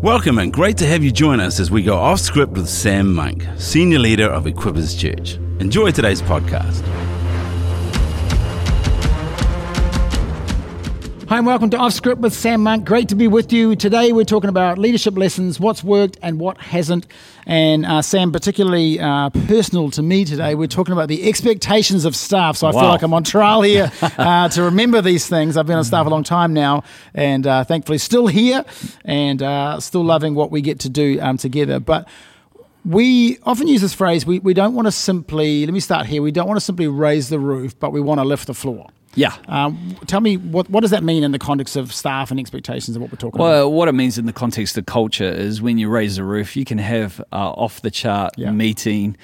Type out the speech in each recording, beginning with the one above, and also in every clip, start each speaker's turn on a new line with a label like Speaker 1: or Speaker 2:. Speaker 1: Welcome and great to have you join us as we go off script with Sam Monk, Senior Leader of Equippers Church. Enjoy today's podcast.
Speaker 2: Hi, and welcome to Off Script with Sam Monk. Great to be with you. Today, we're talking about leadership lessons, what's worked and what hasn't. And uh, Sam, particularly uh, personal to me today, we're talking about the expectations of staff. So I feel
Speaker 3: Wow.
Speaker 2: like I'm on trial here uh, to remember these things. I've been on staff a long time now, and uh, thankfully still here and uh, still loving what we get to do um, together. But we often use this phrase we, we don't want to simply, let me start here, we don't want to simply raise the roof, but we want to lift the floor.
Speaker 3: Yeah.
Speaker 2: Um, tell me what what does that mean in the context of staff and expectations of what we're talking about?
Speaker 3: Well, what it means in the context of culture is when you raise the roof, you can have uh, off the chart
Speaker 2: Yeah.
Speaker 3: meeting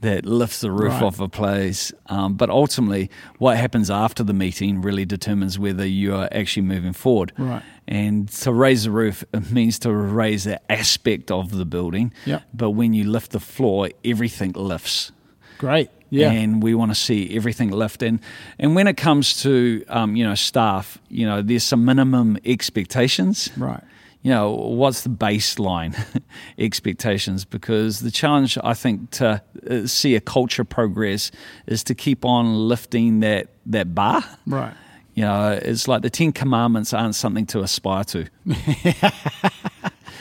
Speaker 3: that lifts the roof
Speaker 2: Right.
Speaker 3: off a place. Um, but ultimately, what happens after the meeting really determines whether you are actually moving forward.
Speaker 2: Right.
Speaker 3: And to raise the roof it means to raise that aspect of the building.
Speaker 2: Yeah.
Speaker 3: But when you lift the floor, everything lifts.
Speaker 2: Great, yeah,
Speaker 3: and we want to see everything lift in. And when it comes to um, you know staff, you know there's some minimum expectations.
Speaker 2: Right.
Speaker 3: You know what's the baseline expectations? Because the challenge I think to uh, see a culture progress is to keep on lifting that that bar.
Speaker 2: right.
Speaker 3: You know, it's like the Ten Commandments aren't something to aspire to.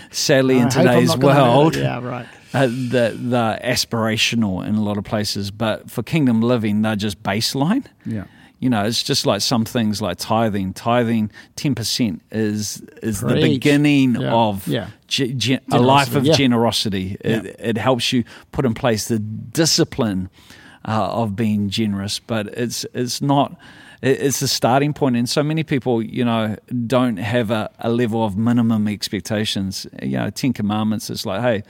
Speaker 3: Sadly, in
Speaker 2: I hope I'm
Speaker 3: today's
Speaker 2: not gonna-
Speaker 3: world,
Speaker 2: yeah, right.
Speaker 3: uh, the the aspirational in a lot of places, but for kingdom living, they're just baseline.
Speaker 2: Yeah.
Speaker 3: You know, it's just like some things like tithing. Tithing ten percent is is the
Speaker 2: Preach.
Speaker 3: beginning
Speaker 2: Yeah.
Speaker 3: of
Speaker 2: Yeah.
Speaker 3: ge- gen- a life of
Speaker 2: yeah.
Speaker 3: generosity. It, it helps you put in place the discipline uh, of being generous, but it's it's not. it- It's the starting point, and so many people, you know, don't have a, a level of minimum expectations. You know, Ten Commandments is like, hey,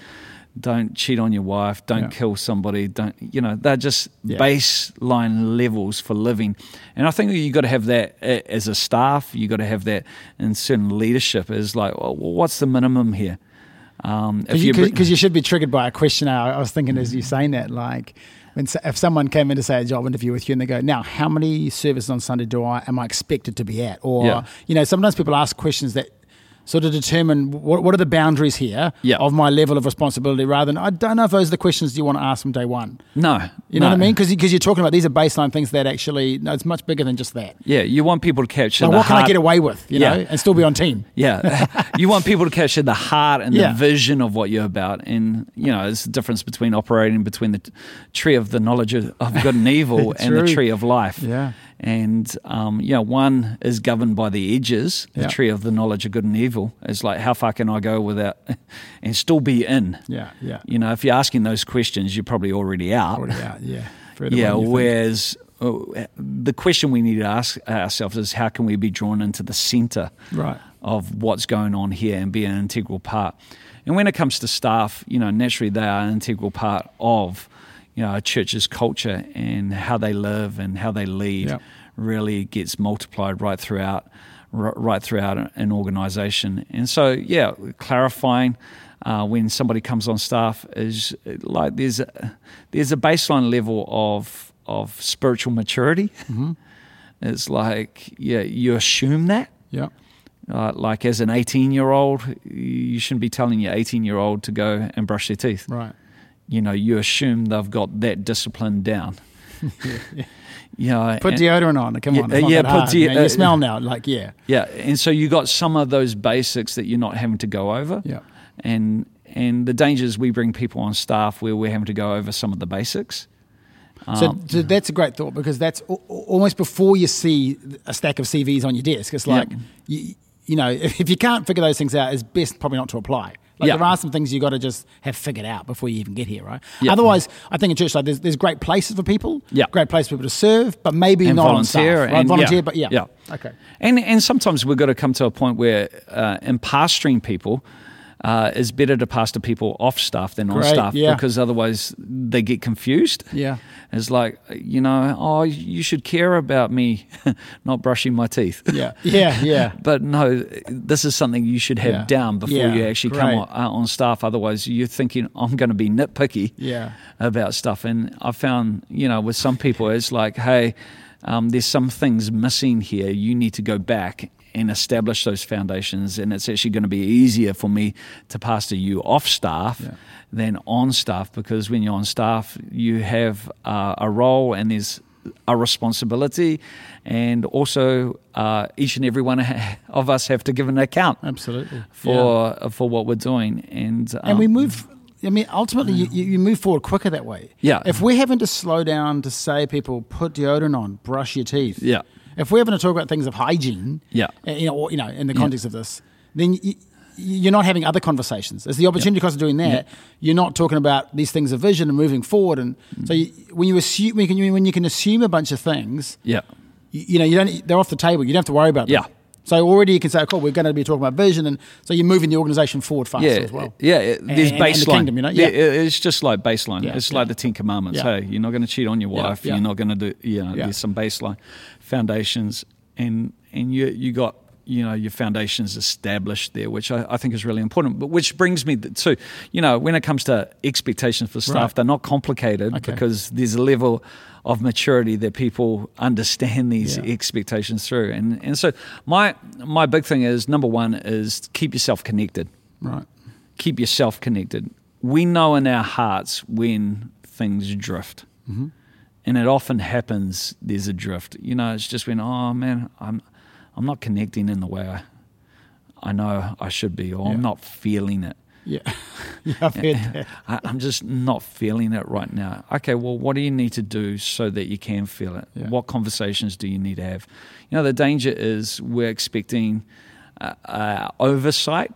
Speaker 3: don't cheat on your wife, don't
Speaker 2: Yeah.
Speaker 3: kill somebody, don't, you know, they're just
Speaker 2: Yeah.
Speaker 3: baseline levels for living. And I think you got to have that a- as a staff. You got to have that in certain leadership. Is like, well, what's the minimum here? Um, if you,
Speaker 2: Because you, should be triggered by a question. I I was thinking as you saying that, like when s- if someone came in to say a job interview with you and they go, "Now, how many services on Sunday do I am I expected to be at?" Or
Speaker 3: Yeah.
Speaker 2: you know, sometimes people ask questions that. Sort of determine what, what are the boundaries here
Speaker 3: Yeah.
Speaker 2: of my level of responsibility rather than I don't know if those are the questions you want to ask from day one.
Speaker 3: no,
Speaker 2: You know
Speaker 3: no.
Speaker 2: what I mean? Because you're talking about these are baseline things that actually no, it's much bigger than just that.
Speaker 3: Yeah, you want people to capture
Speaker 2: Like
Speaker 3: the
Speaker 2: what can I
Speaker 3: heart-
Speaker 2: get away with, you
Speaker 3: Yeah.
Speaker 2: know, and still be on team?
Speaker 3: Yeah, you want people to capture the heart and
Speaker 2: Yeah.
Speaker 3: the vision of what you're about, and you know, it's the difference between operating between the t- tree of the knowledge of of good and evil and the
Speaker 2: True.
Speaker 3: tree of life.
Speaker 2: Yeah.
Speaker 3: and um, you know, one is governed by the edges, the
Speaker 2: Yeah.
Speaker 3: tree of the knowledge of good and evil. It's like how far can I go without, and still be in.
Speaker 2: Yeah, yeah.
Speaker 3: You know, if you're asking those questions, you're probably already out.
Speaker 2: Already out, yeah. Further
Speaker 3: Yeah,
Speaker 2: than you think.
Speaker 3: whereas uh, the question we need to ask ourselves is how can we be drawn into the center
Speaker 2: Right.
Speaker 3: of what's going on here and be an integral part? And when it comes to staff, you know, naturally they are an integral part of, you know, a church's culture and how they live and how they lead
Speaker 2: Yep.
Speaker 3: really gets multiplied right throughout r- right throughout an organization and so yeah clarifying uh, when somebody comes on staff is uh, like there's a, there's a baseline level of of spiritual maturity it's like yeah you assume that
Speaker 2: Yeah.
Speaker 3: uh, like as an 18 year old you shouldn't be telling your 18 year old to go and brush their teeth
Speaker 2: Right.
Speaker 3: you know you assume they've got that discipline down you know
Speaker 2: Put
Speaker 3: and-
Speaker 2: deodorant on. Come
Speaker 3: Yeah,
Speaker 2: on. It's not
Speaker 3: yeah,
Speaker 2: that
Speaker 3: put
Speaker 2: hard,
Speaker 3: deo-
Speaker 2: you know, you
Speaker 3: uh,
Speaker 2: smell now. Like, yeah.
Speaker 3: Yeah, and so you got some of those basics that you're not having to go over.
Speaker 2: Yeah.
Speaker 3: and and the dangers we bring people on staff where we're having to go over some of the basics.
Speaker 2: So,
Speaker 3: Um,
Speaker 2: so that's a great thought because that's al- al- almost before you see a stack of CVs on your desk. It's like,
Speaker 3: Yep.
Speaker 2: you, you know, if, if you can't figure those things out, it's best probably not to apply. Like
Speaker 3: Yeah.
Speaker 2: there are some things you got to just have figured out before you even get here, right?
Speaker 3: Yeah.
Speaker 2: Otherwise, I think in church like there's, there's great places for people,
Speaker 3: Yeah.
Speaker 2: great places for people to serve, but maybe
Speaker 3: And
Speaker 2: not
Speaker 3: volunteer
Speaker 2: on staff, right?
Speaker 3: and- yeah,
Speaker 2: volunteer, but yeah,
Speaker 3: yeah.
Speaker 2: okay,
Speaker 3: And and sometimes we've got to come to a point where uh, in pastoring people. Uh, it's better to pastor people off staff than on
Speaker 2: Great,
Speaker 3: staff
Speaker 2: yeah.
Speaker 3: because otherwise they get confused.
Speaker 2: Yeah.
Speaker 3: It's like, you know, oh, you should care about me not brushing my teeth.
Speaker 2: yeah, yeah, yeah.
Speaker 3: But no, this is something you should have
Speaker 2: Yeah.
Speaker 3: down before
Speaker 2: Yeah,
Speaker 3: you actually come
Speaker 2: great.
Speaker 3: on, uh, on staff. Otherwise, you're thinking I'm going to be nitpicky
Speaker 2: Yeah.
Speaker 3: about stuff. And I found, you know, with some people, it's like, hey, um, there's some things missing here. You need to go back and establish those foundations. And it's actually going to be easier for me to pastor you off staff
Speaker 2: Yeah.
Speaker 3: than on staff because when you're on staff, you have uh, a role and there's a responsibility, and also uh, each and every one of us have to give an account
Speaker 2: Absolutely.
Speaker 3: for for what we're doing. And um,
Speaker 2: and we move. I mean, ultimately, you, you you move forward quicker that way.
Speaker 3: Yeah.
Speaker 2: If we're having to slow down to say people put deodorant on, brush your teeth.
Speaker 3: Yeah.
Speaker 2: If we're having to talk about things of hygiene.
Speaker 3: Yeah.
Speaker 2: uh, You know, or, you know, in the context of this, then you, you're not having other conversations. It's the opportunity cost of doing that. You're not talking about these things of vision and moving forward. And so
Speaker 3: Mm.
Speaker 2: you, when you assume when you, can, when you can assume a bunch of things,
Speaker 3: yeah,
Speaker 2: you, you know, you don't they're off the table. You don't have to worry about them.
Speaker 3: Yeah.
Speaker 2: So already you can say, "Cool, we're going to be talking about vision," and so you're moving the organisation forward faster
Speaker 3: yeah,
Speaker 2: as well.
Speaker 3: yeah. it-
Speaker 2: And- and
Speaker 3: There's
Speaker 2: the
Speaker 3: baseline,
Speaker 2: kingdom, you know? Yeah.
Speaker 3: It- It's just like baseline.
Speaker 2: Yeah,
Speaker 3: It's
Speaker 2: yeah.
Speaker 3: like the Ten Commandments.
Speaker 2: Yeah.
Speaker 3: Hey, you're not going to cheat on your
Speaker 2: Yeah,
Speaker 3: wife.
Speaker 2: yeah.
Speaker 3: You're not going to do. You know,
Speaker 2: Yeah.
Speaker 3: there's some baseline foundations, and and you you got you know your foundations established there, which I, I think is really important. But which brings me to you know when it comes to expectations for staff,
Speaker 2: Right.
Speaker 3: they're not complicated
Speaker 2: Okay.
Speaker 3: because there's a level of maturity that people understand these
Speaker 2: Yeah.
Speaker 3: expectations through, and and so my my big thing is number one is keep yourself connected
Speaker 2: Right.
Speaker 3: keep yourself connected. We know in our hearts when things drift. And it often happens there's a drift. You know, it's just when, oh man, I'm I'm not connecting in the way I, I know I should be, or
Speaker 2: Yeah.
Speaker 3: I'm not feeling it.
Speaker 2: Yeah. yeah I've heard that.
Speaker 3: I, I'm just not feeling it right now. Okay, well, what do you need to do so that you can feel it?
Speaker 2: Yeah.
Speaker 3: What conversations do you need to have? You know, the danger is we're expecting uh, uh, oversight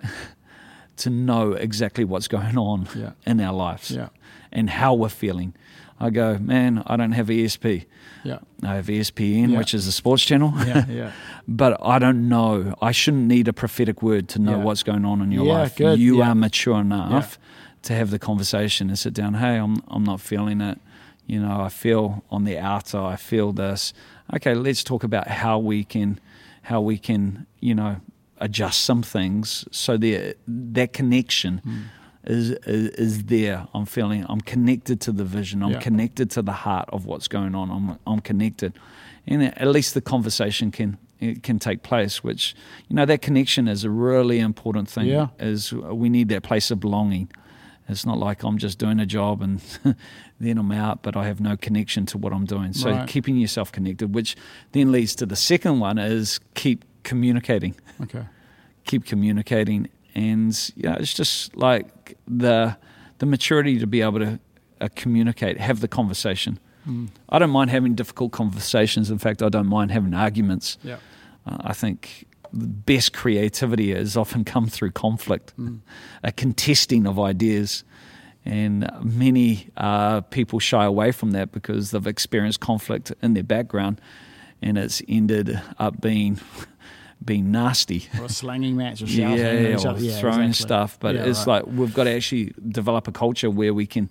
Speaker 3: to know exactly what's going on
Speaker 2: Yeah.
Speaker 3: in our lives
Speaker 2: Yeah.
Speaker 3: and how we're feeling. I go, man, I don't have E ESP.
Speaker 2: Yeah.
Speaker 3: I have ESPN,
Speaker 2: Yeah.
Speaker 3: which is a sports channel.
Speaker 2: Yeah, yeah.
Speaker 3: but I don't know. I shouldn't need a prophetic word to know
Speaker 2: Yeah.
Speaker 3: what's going on in your
Speaker 2: Yeah,
Speaker 3: life.
Speaker 2: good,
Speaker 3: You
Speaker 2: yeah.
Speaker 3: are mature enough to have the conversation and sit down. Hey, I'm I'm not feeling it. You know, I feel on the outer. I feel this. Okay, let's talk about how we can, how we can, you know, adjust some things so that that connection.
Speaker 2: Hmm.
Speaker 3: Is, is is there? I'm feeling. I'm connected to the vision. I'm
Speaker 2: Yeah.
Speaker 3: connected to the heart of what's going on. I'm I'm connected, and at least the conversation can it can take place. Which you know that connection is a really important thing
Speaker 2: Yeah.
Speaker 3: is we need that place of belonging. It's not like I'm just doing a job and then I'm out, but I have no connection to what I'm doing. So
Speaker 2: Right.
Speaker 3: keeping yourself connected, which then leads to the second one, is keep communicating,
Speaker 2: Okay.
Speaker 3: keep communicating, and yeah, it's just like the the maturity to be able to uh, communicate, have the conversation. I don't mind having difficult conversations. In fact, I don't mind having arguments.
Speaker 2: Yeah.
Speaker 3: Uh, I think the best creativity has often come through conflict, a contesting of ideas. And many uh, people shy away from that because they've experienced conflict in their background and it's ended up being being nasty.
Speaker 2: Or a slanging match or shouting
Speaker 3: yeah,
Speaker 2: at
Speaker 3: yeah,
Speaker 2: each
Speaker 3: or
Speaker 2: other. Yeah,
Speaker 3: throwing
Speaker 2: exactly.
Speaker 3: stuff. But
Speaker 2: Yeah,
Speaker 3: it's
Speaker 2: right.
Speaker 3: like we've got to actually develop a culture where we can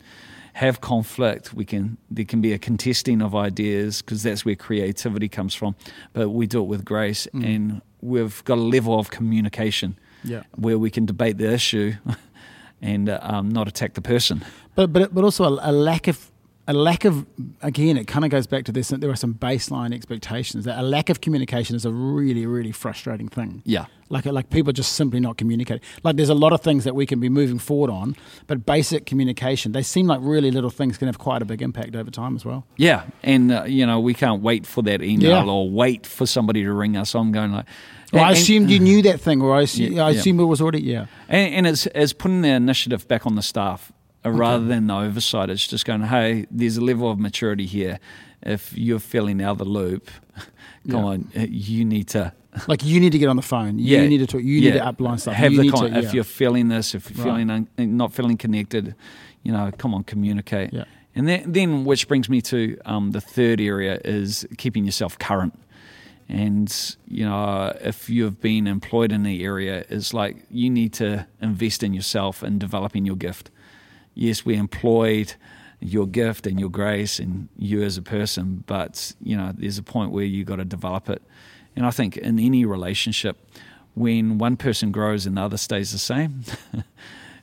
Speaker 3: have conflict. We can there can be a contesting of ideas because that's where creativity comes from. But we do it with grace, and we've got a level of communication
Speaker 2: Mm. Yeah.
Speaker 3: where we can debate the issue and uh, um, not attack the person.
Speaker 2: But but but also a, a lack of a lack of again, it kind of goes back to this. There are some baseline expectations that a lack of communication is a really really frustrating thing.
Speaker 3: Yeah.
Speaker 2: Like like people are just simply not communicating. Like there's a lot of things that we can be moving forward on, but basic communication. They seem like really little things can have quite a big impact over time as well.
Speaker 3: Yeah, and uh, you know we can't wait for that email
Speaker 2: Yeah.
Speaker 3: or wait for somebody to ring us. I'm going like,
Speaker 2: Well, I
Speaker 3: and-
Speaker 2: assumed you knew that thing, or I assume,
Speaker 3: Yeah,
Speaker 2: I
Speaker 3: yeah.
Speaker 2: assume it was already yeah.
Speaker 3: And, and it's, it's putting the initiative back on the staff uh, rather than the oversight. It's just going, hey, there's a level of maturity here. If you're feeling out of the loop, come
Speaker 2: Yeah.
Speaker 3: on, uh, you need to.
Speaker 2: Like you need to get on the phone. You need to talk. You need to upline stuff.
Speaker 3: Have
Speaker 2: you
Speaker 3: the
Speaker 2: need
Speaker 3: con-
Speaker 2: to,
Speaker 3: if you're feeling this, if you're
Speaker 2: Right.
Speaker 3: feeling un- not feeling connected, you know, come on, communicate.
Speaker 2: Yeah.
Speaker 3: And then, then which brings me to um, the third area is keeping yourself current. And you know, if you've been employed in the area, it's like you need to invest in yourself and developing your gift. Yes, we employed your gift and your grace and you as a person, but you know, there's a point where you got to develop it. And I think in any relationship, when one person grows and the other stays the same,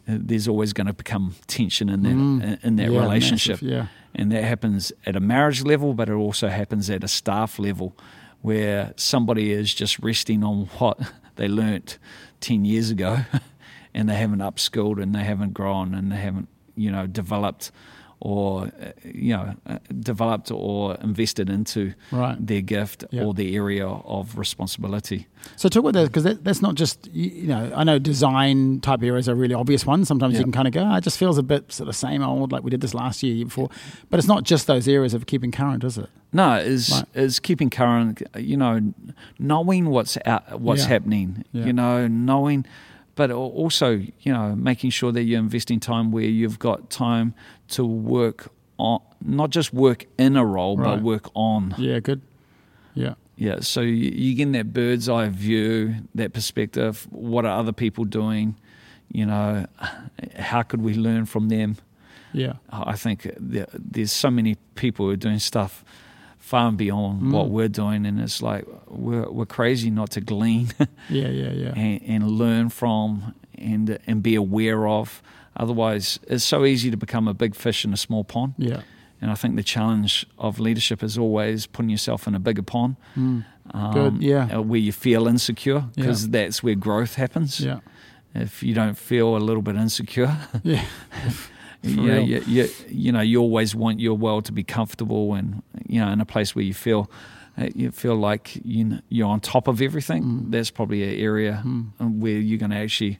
Speaker 3: there's always going to become tension in that in- in that
Speaker 2: Yeah,
Speaker 3: relationship.
Speaker 2: massive, yeah.
Speaker 3: And that happens at a marriage level, but it also happens at a staff level where somebody is just resting on what they learnt 10 years ago and they haven't upskilled and they haven't grown and they haven't, you know, developed or, uh, you know, uh, developed or invested into
Speaker 2: Right.
Speaker 3: their gift
Speaker 2: Yeah.
Speaker 3: or the area of responsibility.
Speaker 2: So talk about that because that, that's not just you, you know I know design type areas are really obvious ones. Sometimes you
Speaker 3: Yeah.
Speaker 2: can kind of go, ah, it just feels a bit sort of same old like we did this last year, year before. But it's not just those areas of keeping current, is it?
Speaker 3: No, is
Speaker 2: Right.
Speaker 3: is keeping current. You know, knowing what's out, what's
Speaker 2: Yeah.
Speaker 3: happening.
Speaker 2: Yeah.
Speaker 3: You know, knowing, but al- also you know, making sure that you're investing time where you've got time to work on, not just work in a role,
Speaker 2: Right.
Speaker 3: but work on. Yeah.
Speaker 2: Yeah, good. Yeah,
Speaker 3: So you, you're getting that bird's eye view, that perspective. What are other people doing? You know, how could we learn from them?
Speaker 2: yeah,
Speaker 3: I think there, there's so many people who are doing stuff far and beyond
Speaker 2: Mm.
Speaker 3: what we're doing, and it's like we're we're crazy not to glean
Speaker 2: yeah, yeah, yeah.
Speaker 3: and, and learn from and and be aware of. Otherwise, it's so easy to become a big fish in a small pond.
Speaker 2: Yeah,
Speaker 3: And I think the challenge of leadership is always putting yourself in a bigger pond,
Speaker 2: Mm.
Speaker 3: um,
Speaker 2: Good, yeah.
Speaker 3: uh, where you feel insecure,
Speaker 2: Yeah.
Speaker 3: because that's where growth happens.
Speaker 2: yeah,
Speaker 3: If you don't feel a little bit insecure,
Speaker 2: yeah,
Speaker 3: yeah,
Speaker 2: real.
Speaker 3: you, you, you know, you always want your world to be comfortable and you know, in a place where you feel uh, you feel like you kn- you're on top of everything.
Speaker 2: Mm.
Speaker 3: That's probably an area
Speaker 2: Hmm.
Speaker 3: uh, where you're going to actually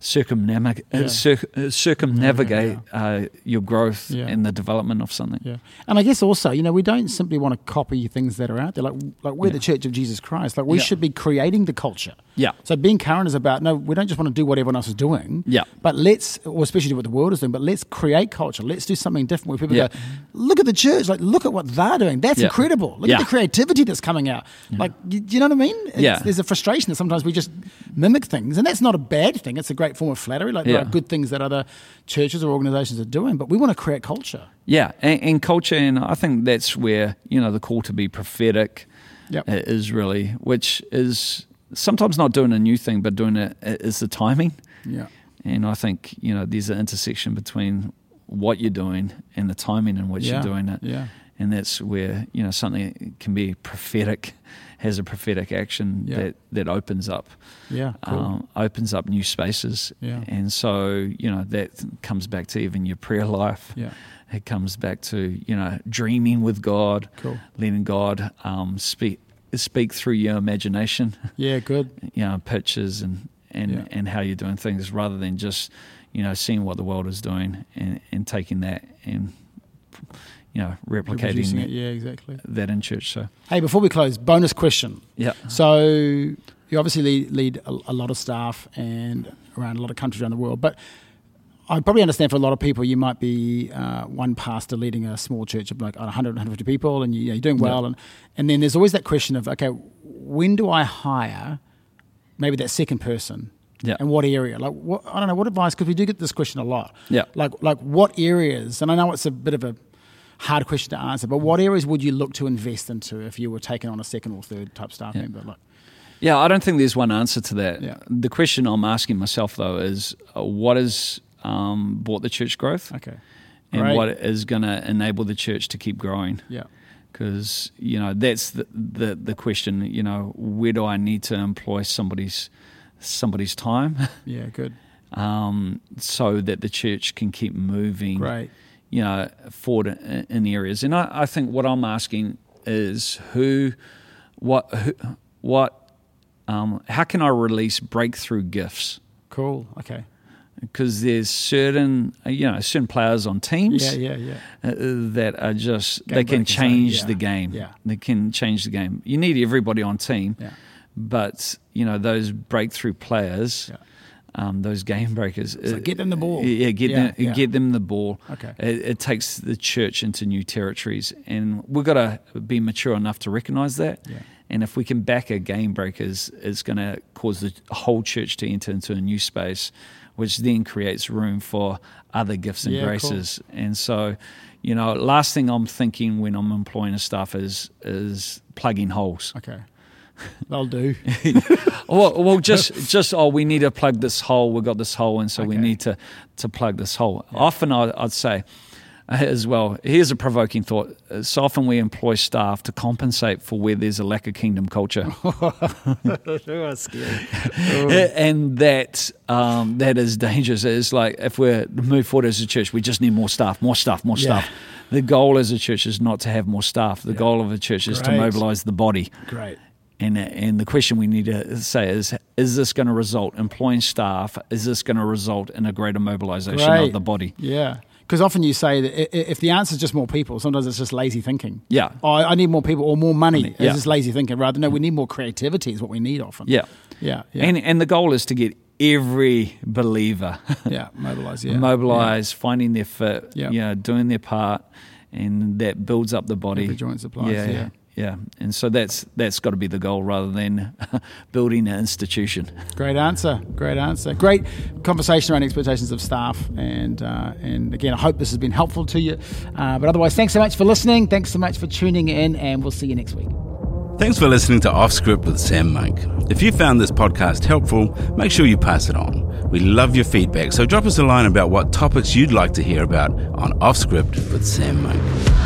Speaker 3: circumnavigate
Speaker 2: Yeah.
Speaker 3: uh, cir- uh, circumnavigate uh, your growth
Speaker 2: Yeah.
Speaker 3: and the development of something.
Speaker 2: yeah. And I guess also, you know, we don't simply want to copy things that are out there. Like, like we're the Church of Jesus Christ. Like we
Speaker 3: Yeah.
Speaker 2: should be creating the culture.
Speaker 3: Yeah.
Speaker 2: So being current is about no, we don't just want to do what everyone else is doing.
Speaker 3: Yeah.
Speaker 2: But let's, or especially what the world is doing, but let's create culture. Let's do something different where people
Speaker 3: Yeah.
Speaker 2: go, look at the church, like look at what they're doing. That's
Speaker 3: Yeah.
Speaker 2: incredible. Look at
Speaker 3: Yeah.
Speaker 2: the creativity that's coming out. Like, you, you know what I mean? It's-
Speaker 3: Yeah.
Speaker 2: There's a frustration that sometimes we just mimic things, and that's not a bad thing. It's a great form of flattery. Like there
Speaker 3: Yeah.
Speaker 2: are good things that other churches or organizations are doing, but we want to create culture.
Speaker 3: Yeah, and, and culture, and I think that's where you know the call to be prophetic
Speaker 2: Yep.
Speaker 3: i- is really, which is sometimes not doing a new thing, but doing it i- is the timing.
Speaker 2: Yeah.
Speaker 3: And I think you know there's an intersection between what you're doing and the timing in which
Speaker 2: Yeah,
Speaker 3: you're doing it.
Speaker 2: yeah.
Speaker 3: And that's where you know something can be prophetic, has a prophetic action
Speaker 2: Yeah.
Speaker 3: that that opens up
Speaker 2: Yeah. Cool.
Speaker 3: um, opens up new spaces.
Speaker 2: Yeah.
Speaker 3: And so, you know, that comes back to even your prayer life.
Speaker 2: Yeah.
Speaker 3: It comes back to, you know, dreaming with God,
Speaker 2: Cool.
Speaker 3: letting God um, speak speak through your imagination,
Speaker 2: yeah. Good.
Speaker 3: you know, pictures and, and,
Speaker 2: Yeah.
Speaker 3: and how you're doing things rather than just, you know, seeing what the world is doing and, and taking that and, you know, replicating
Speaker 2: Reproducing
Speaker 3: that,
Speaker 2: it. Yeah. Exactly.
Speaker 3: that in church. So,
Speaker 2: Hey, before we close, bonus question.
Speaker 3: yeah.
Speaker 2: So you obviously lead, lead a, a lot of staff and around a lot of countries around the world, but I probably understand for a lot of people, you might be uh, one pastor leading a small church of like 100, 150 people, and you, you know, you're doing well, and and then there's always that question of okay, when do I hire maybe that second person?
Speaker 3: Yeah.
Speaker 2: And what area? Like, what, I don't know. What advice? Because we do get this question a lot.
Speaker 3: Yeah.
Speaker 2: Like, like what areas? And I know it's a bit of a hard question to answer, but what areas would you look to invest into if you were taking on a second or third type staff member? Like,
Speaker 3: Yeah, I don't think there's one answer to that.
Speaker 2: Yeah.
Speaker 3: The question I'm asking myself though is, uh, what has um, brought the church growth,
Speaker 2: okay,
Speaker 3: and
Speaker 2: Great.
Speaker 3: what is going to enable the church to keep growing?
Speaker 2: yeah,
Speaker 3: Because you know that's the, the the question. You know, where do I need to employ somebody's somebody's time,
Speaker 2: yeah, good,
Speaker 3: um, so that the church can keep moving?
Speaker 2: great,
Speaker 3: you know, forward in, in areas. And I, I think what I'm asking is who, what, who, what, um, how can I release breakthrough gifts?
Speaker 2: cool, okay,
Speaker 3: Because there's certain, uh, you know, certain players on teams
Speaker 2: yeah, yeah, yeah,
Speaker 3: uh, that are just
Speaker 2: Game
Speaker 3: they can
Speaker 2: breakers, aren't they?
Speaker 3: change
Speaker 2: Yeah.
Speaker 3: the game.
Speaker 2: Yeah.
Speaker 3: They can change the game. You need everybody on team,
Speaker 2: Yeah.
Speaker 3: but you know those breakthrough players,
Speaker 2: Yeah.
Speaker 3: um, those game breakers. uh,
Speaker 2: get them the ball.
Speaker 3: Yeah, get
Speaker 2: Yeah,
Speaker 3: them,
Speaker 2: yeah.
Speaker 3: get them the ball.
Speaker 2: Okay.
Speaker 3: It, it takes the church into new territories, and we've got to be mature enough to recognise that.
Speaker 2: Yeah.
Speaker 3: And if we can back our game breakers, it's going to cause the whole church to enter into a new space, which then creates room for other gifts and
Speaker 2: Yeah, cool.
Speaker 3: graces. And so, you know, last thing I'm thinking when I'm employing a staff is is plugging holes.
Speaker 2: okay. They'll do.
Speaker 3: Well, well, just just oh, we need to plug this hole. We got this hole, and so we
Speaker 2: Okay.
Speaker 3: need to to plug this hole. Often, I, I'd say, uh, as well. Here's a provoking thought. Uh, So often we employ staff to compensate for where there's a lack of kingdom culture. and that um, that is dangerous. It's like if we're to move forward as a church, we just need more staff, more staff, more
Speaker 2: Yeah.
Speaker 3: staff. The goal as a church is not to have more staff. The goal of a church is to
Speaker 2: Great.
Speaker 3: mobilize the body.
Speaker 2: Great.
Speaker 3: And, and the question we need to say is is this going to result employing staff is this going to result in a greater mobilization
Speaker 2: Great.
Speaker 3: of the body
Speaker 2: Yeah. Because often you say that i- i- if the answer is just more people, sometimes it's just lazy thinking.
Speaker 3: Yeah.
Speaker 2: Oh, I I need more people or more money. It's
Speaker 3: Yeah.
Speaker 2: just lazy thinking. Rather, no, we need more creativity is what we need often.
Speaker 3: yeah
Speaker 2: Yeah. Yeah.
Speaker 3: And and the goal is to get every believer
Speaker 2: yeah. Mobilize. Yeah.
Speaker 3: mobilized, finding their fit,
Speaker 2: Yeah.
Speaker 3: you know, doing their part, and that builds up the body.
Speaker 2: Every joint supplies, yeah.
Speaker 3: yeah. yeah. And so that's that's got to be the goal rather than building an institution.
Speaker 2: Great answer. Great answer. Great conversation around expectations of staff. And uh, and again, I hope this has been helpful to you. Uh, but otherwise, thanks so much for listening. Thanks so much for tuning in, and we'll see you next week.
Speaker 1: Thanks for listening to Off Script with Sam Monk. If you found this podcast helpful, make sure you pass it on. We love your feedback, so drop us a line about what topics you'd like to hear about on Off Script with Sam Monk.